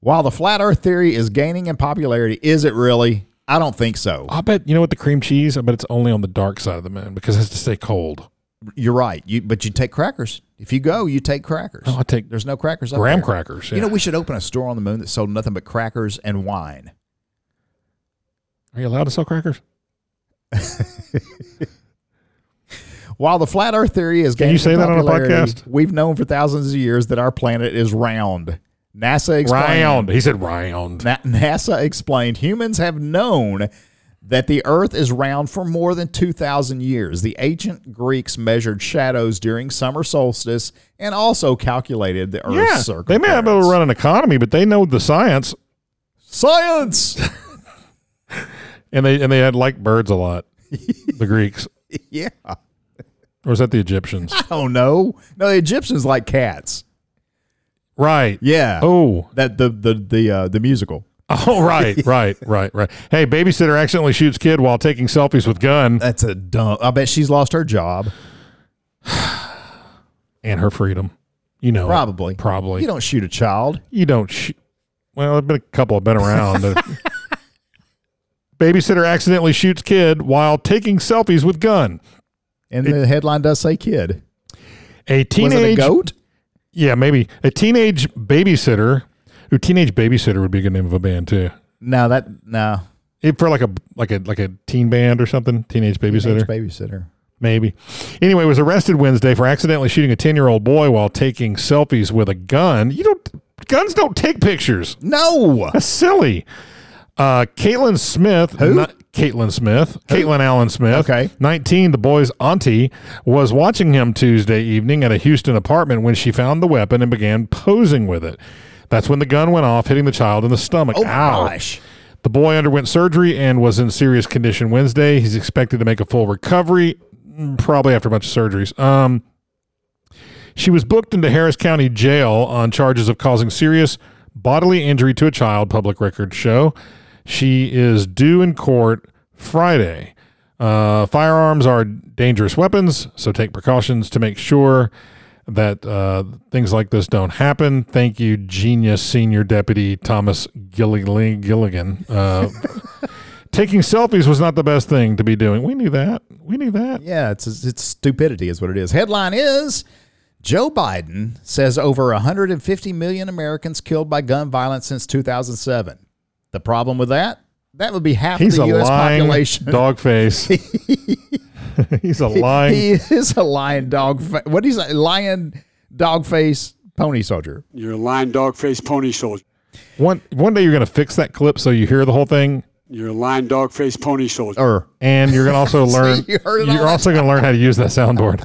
While the flat earth theory is gaining in popularity, is it really? I don't think so. I bet you know what the cream cheese. I bet it's only on the dark side of the moon because it has to stay cold. You're right. You but you take crackers. If you go, you take crackers. No, Oh, I take There's no crackers up graham there. crackers. You know, yeah. we should open a store on the moon that sold nothing but crackers and wine. are you allowed to sell crackers? While the flat Earth theory is gaining you say that on a popularity, podcast? We've known for thousands of years that our planet is round. NASA explained, Round. He said round. Na- NASA explained humans have known that the Earth is round for more than 2,000 years. The ancient Greeks measured shadows during summer solstice and also calculated the Earth's Yeah, circle. they may not be able to run an economy, but they know the science, Science! and they and they had like birds a lot. the Greeks, yeah. or was that the Egyptians? Oh, no. No, the Egyptians like cats. right. Yeah. Oh. That the the the uh, the musical. Oh. Right. Right. Right. Right. Hey, babysitter accidentally shoots kid while taking selfies with gun That's a dumb. I bet she's lost her job. and her freedom. You know. it. Probably. Probably. You don't shoot a child. you don't sh- well there've been a couple have been around babysitter accidentally shoots kid while taking selfies with gun And the headline does say kid. a Was teenage it a goat? yeah maybe a teenage babysitter Ooh, teenage babysitter would be a good name of a band too No, that no. It- for like a like a like a teen band or something teenage babysitter Teenage babysitter. maybe anyway was arrested wednesday for accidentally shooting a 10 year old boy while taking selfies with a gun you don't guns don't take pictures No. That's silly. Uh, Caitlin Smith, Who? not- Caitlin Smith, Caitlin Allen Smith, Okay. 19, the boy's auntie, was watching him Tuesday evening at a Houston apartment when she found the weapon and began posing with it. That's when the gun went off, hitting the child in the stomach. Oh my Ow. gosh. The boy underwent surgery and was in serious condition Wednesday. He's expected to make a full recovery, mm, probably after a bunch of surgeries. Um, she was booked into Harris County Jail on charges of causing serious bodily injury to a child, public records show. She is due in court Friday. Uh, firearms are dangerous weapons, so take precautions to make sure that uh, things like this don't happen. Thank you, genius senior deputy Thomas Gilligan. Gilligan. Uh, taking selfies was not the best thing to be doing. We knew that. We knew that. Yeah, it's it's stupidity is what it is. Headline is Joe Biden says over 150 million Americans killed by gun violence since 2007. The problem with that? That would be half He's the a U.S. lying population. dog face. He's a lying. He is a lion dog. Fa- what is a lion dog face pony soldier? You're a lying dog faced pony soldier. one one day you're gonna fix that clip so you hear the whole thing, You're a lying dog faced pony soldier. Or and you're gonna also learn. you heard it all are that also gonna learn how to use that soundboard.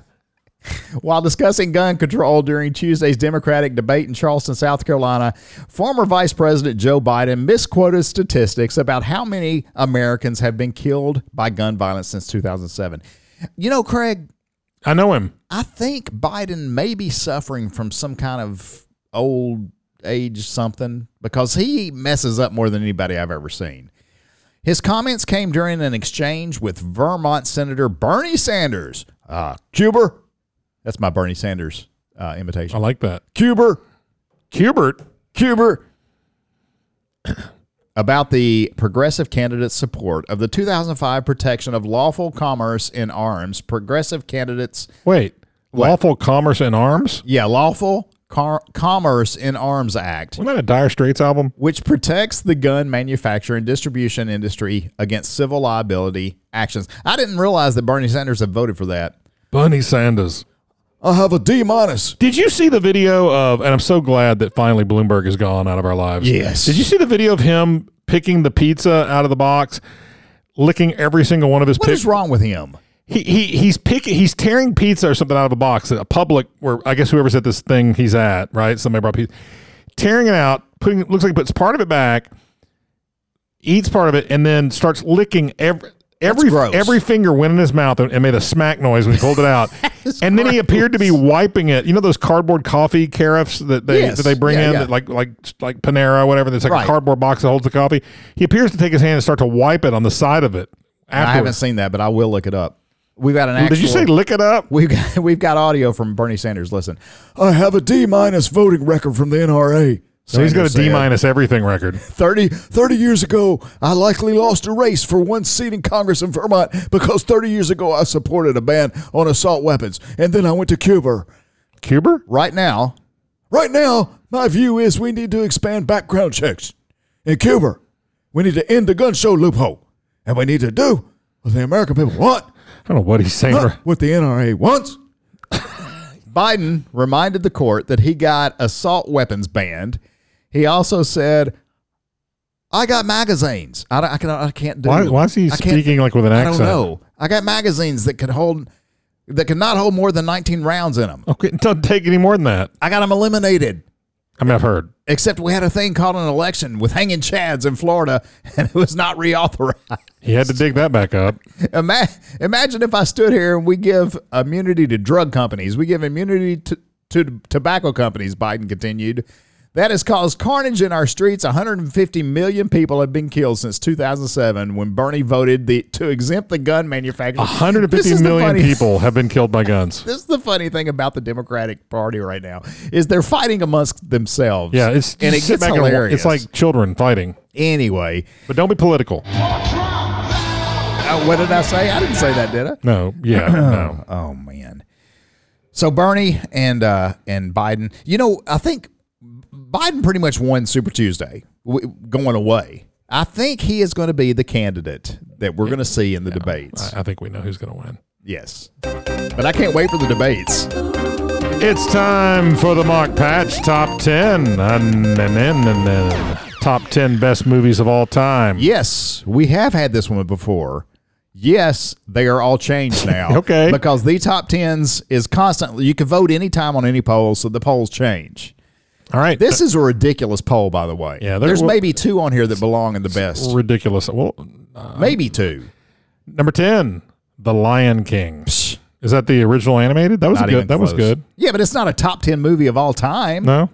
While discussing gun control during Tuesday's Democratic debate in Charleston, South Carolina, former Vice President Joe Biden misquoted statistics about how many Americans have been killed by gun violence since 2007. You know, Craig, I know him. I think Biden may be suffering from some kind of old age something because he messes up more than anybody I've ever seen. His comments came during an exchange with Vermont Senator Bernie Sanders. Ah, Cuber. That's my Bernie Sanders uh, I imitation. like that. Cuber. Hubert. Cuber. About the progressive candidate's support of the 2005 Protection of Lawful Commerce in Arms, progressive candidates Wait. Lawful Commerce and Arms? Yeah, Lawful Car- Commerce in Arms Act, Wasn't that a Dire Straits album? which protects the gun manufacture and distribution industry against civil liability actions. I didn't realize that Bernie Sanders had voted for that. Bernie Sanders. I have a D minus. Did you see the video of, and I'm so glad that finally Bloomberg is gone out of our lives. Yes. Did you see the video of him picking the pizza out of the box, licking every single one of his What pictures? is wrong with him? he, he he's picking he's tearing pizza or something out of a box at a public where I guess whoever's at this thing he's at right somebody brought pizza tearing it out putting looks like he puts part of it back eats part of it and then starts licking every every gross. every finger went in his mouth and, and made a smack noise when he pulled it out and then he appeared to be wiping it you know those cardboard coffee carafes that they Yes. that they bring Yeah, in yeah. That like like like Panera or whatever that's like Right. a cardboard box that holds the coffee he appears to take his hand and start to wipe it on the side of it I haven't afterwards. seen that, but I will look it up. We've got an actual. did you say lick it up We've got, we've got audio from Bernie Sanders. Listen, I have a D minus voting record from the NRA. So he's got a Sanders D said. minus everything record. 30, 30 years ago, I likely lost a race for one seat in Congress in Vermont because 30 years ago I supported a ban on assault weapons. And then I went to Cuba. Cuber? Right now, right now, my view is we need to expand background checks. In Cuba, we need to end the gun show loophole. And we need to do what the American people want, I don't know what he's saying. not what the NRA wants. Biden reminded the court that he got assault weapons banned. He also said, "I got magazines. I, don't, I, can, I can't do. Why- why is he I can't- speaking like with an I accent? don't know. I got magazines that could hold that could not hold more than 19 rounds in them. Okay, it doesn't take any more than that. I got them eliminated. I mean, I've heard. Except we had a thing called an election with hanging chads in Florida, and it was not reauthorized. He had to dig that back up. Ima- imagine if I stood here and we give immunity to drug companies, we give immunity to, to tobacco companies, Biden continued. That has caused carnage in our streets. 150 million people have been killed since 2007 when Bernie voted the, to exempt the gun manufacturers. 150 This is the million funny- people have been killed by guns. This is the funny thing about the Democratic Party right now is they're fighting amongst themselves. Yeah, it's and it just sit gets back and wa- hilarious. It's like children fighting, anyway. but don't be political. Uh, what did I say? I didn't say that, did I? No, yeah, no. Oh man. So Bernie and uh, and Biden, you know, I think Biden pretty much won Super Tuesday w- going away. I think he is going to be the candidate that we're going to see in the debates. I, I think we know who's going to win. yes, but I can't wait for the debates. It's time for the Mark Patch Top 10. Uh, n- n- n- n- n- Top 10 best movies of all time. Yes, we have had this one before. Yes, they are all changed now. Okay. because the top tens is constantly. You can vote anytime on any poll, so the polls change. All right. This is a ridiculous poll, by the way. Uh, Yeah, there- there's well- maybe two on here that belong in the best. ridiculous. Well, Maybe two. number 10, The Lion King. Is that the original animated? That was Not even good. That was close. good. Yeah, but it's not a top 10 movie of all time. No.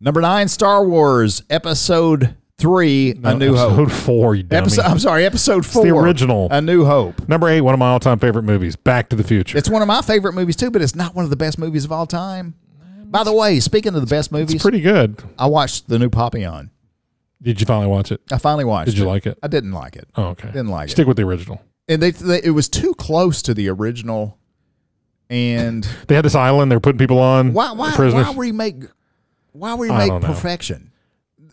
Number nine, Star Wars, Episode 3, A New episode Hope. four, you dummy. Episode, I'm sorry, Episode 4. the original. A New Hope. Number eight, one of my all-time favorite movies, Back to the Future. It's one of my favorite movies, too, but it's not one of the best movies of all time. By the way, speaking of the best movies, It's pretty good. I watched The New Papillon. Did you finally watch it? I finally watched Did you it. like it? I didn't like it. Oh, okay. Didn't like it. Stick with the original. And they, they, it was too close to the original. And They had this island. They were putting people on. Why why prisoners. why remake why I remake don't know. perfection?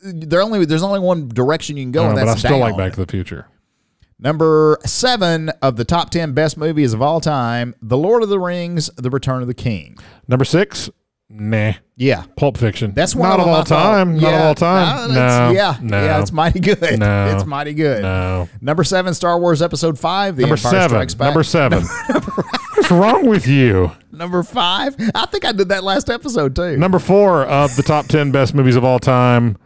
There only there's only one direction you can I go, don't and know, Uh, but I that's still like down. Back to the Future. Number seven of the top ten best movies of all time: The Lord of the Rings, The Return of the King. Number six, nah. Yeah, Pulp Fiction. that's one not of of all my thought- time. Not of Yeah. all time. No, No, that's- yeah, no, yeah, it's mighty good. No. it's mighty good. no. Number seven, Star Wars Episode Five: The Number Empire seven. Strikes Back. Number seven. What's wrong with you? Number five. I think I did that last episode too. Number four of the top ten best movies of all time,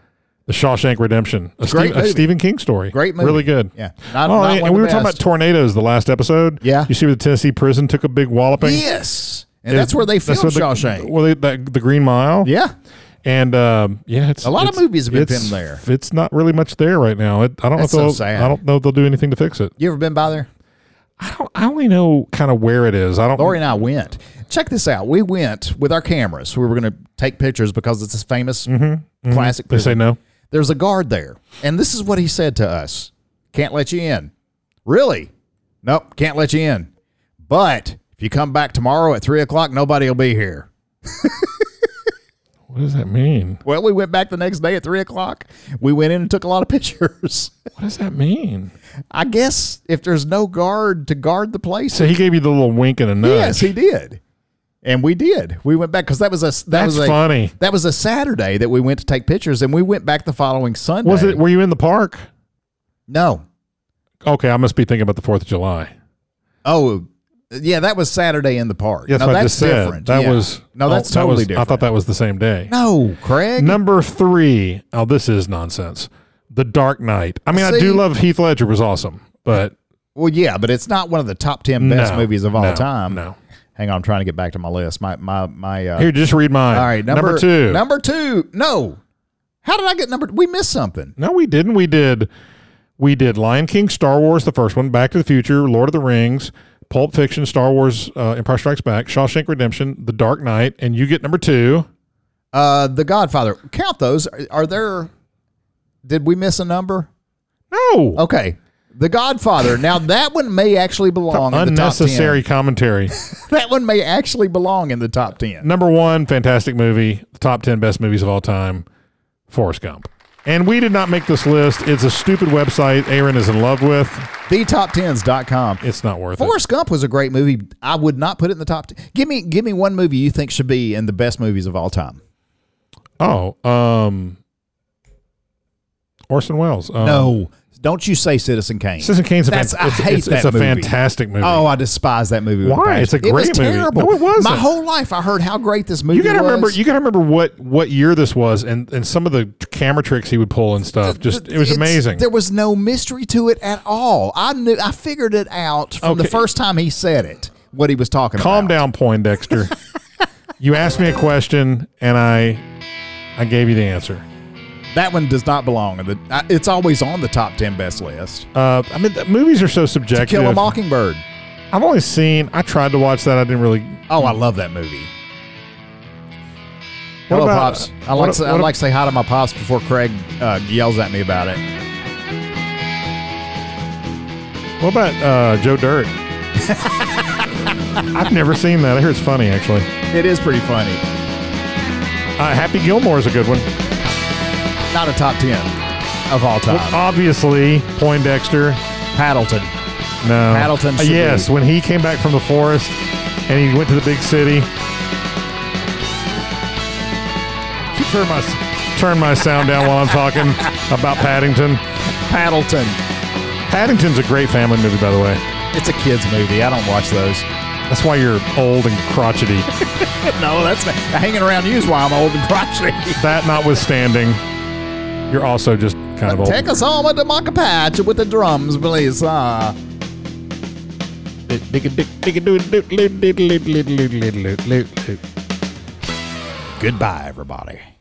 The Shawshank Redemption. A, Great Steve- a movie. Stephen King story. Great movie. Really good. Yeah. Not- oh, not and, and one of we the were talking about best. tornadoes the last episode. Yeah. You see where the Tennessee prison took a big walloping? yes, and that's where they That's filmed where the- Shawshank. Well, they, that, the Green Mile. yeah, And um, yeah, it's A lot of it's- movies have been it's- filmed there. It's not really much there right now. It, I don't That's so know if they'll, sad. I don't know if they'll do anything to fix it. You ever been by there? I don't. I only know kind of where it is. I don't. Lori and I went. Check this out. We went with our cameras. We were going to take pictures because it's this famous classic. Mm-hmm. they say prison. no. There's a guard there, and this is what he said to us: "Can't let you in." Really? Nope. Can't let you in. But if you come back tomorrow at three o'clock, nobody will be here. What does that mean? Well, we went back the next day at three o'clock. We went in and took a lot of pictures. What does that mean? I guess if there's no guard to guard the place, So he gave you the little wink and a nudge. Yes, he did. And we did. We went back because that was a that That's was a, funny. That was a Saturday that we went to take pictures, and we went back the following Sunday. Was it? Were you in the park? No. Okay, I must be thinking about the Fourth of July. Oh, yeah, that was Saturday in the park. Yes, no, I that's just said different. that Yeah. was. no, oh, that's that totally was- different. I thought that was the same day. No, Craig. Number three. Oh, this is nonsense. The Dark Knight. I mean, I See? do love Heath Ledger. Was awesome, but Well, yeah, but it's not one of the top ten best no, movies of all no, time. No. Hang on, I'm trying to get back to my list. My my my. Uh, Here, just read mine. all right, number, two. Number two. No. How did I get number? We missed something. No, we didn't. We did. We did Lion King, Star Wars, the first one, Back to the Future, Lord of the Rings, Pulp Fiction, Star Wars, uh, Empire Strikes Back, Shawshank Redemption, The Dark Knight, and you get number two. Uh, The Godfather. Count those. Are, are there? Did we miss a number? No, Okay. The Godfather. Now that one may actually belong in the top unnecessary ten. commentary. That one may actually belong in the top ten. number one, fantastic movie, the top ten best movies of all time, Forrest Gump. And we did not make this list. It's a stupid website. Aaron is in love with. TheTop10s.com. It's not worth Forrest Gump was a great movie. I would not put it in the top. 10. Give me, give me one movie you think should be in the best movies of all time. it. Oh, um, Orson Welles. Um, no, don't you say Citizen Kane. Citizen Kane's a, That's- fant- I it's, hate it's, it's that a movie. fantastic movie. Oh, I despise that movie. with a Why? passion. It's a it was great movie. terrible. No, it wasn't. My whole life, I heard how great this movie. you got to was. remember. You got to remember what what year this was, and and some of the camera tricks he would pull and stuff. Just it was It's- amazing. There was no mystery to it at all. I knew. I figured it out from the Okay. first time he said it. What he was talking Calm about. down, Poindexter. you asked me a question, and I I gave you the answer. down. That one does not belong. In the, I- it's always on the top ten best list. Uh, I mean, the movies are so subjective. Kill a Mockingbird. I've only seen. I tried to watch that. I didn't really. Oh, I love that movie. What Hello, about- pops. I what like a- to- I what a- like to say hi to my pops before Craig uh, yells at me about it. What about uh, Joe Dirt? I've never seen that. I hear it's funny, actually. It is pretty funny. Uh, Happy Gilmore is a good one. Not a top ten of all time. Well, obviously, Poindexter. Paddleton. No. Paddleton Uh, should yes, be. when he came back from the forest and he went to the big city. Should Turn my turn my sound down while I'm talking about Paddington. Paddleton. Paddington's a great family movie, by the way. It's a kids movie. I don't watch those. That's why you're old and crotchety. No, that's not, hanging around you is why I'm old and crotchety. that notwithstanding, you're also just kind of old. Take us home with the Macapatch with the drums, please. Uh, Dick-a-dick-dick-a-doo-doo-doo-doo-doo-doo-doo-doo-doo-doo-doo. goodbye, everybody.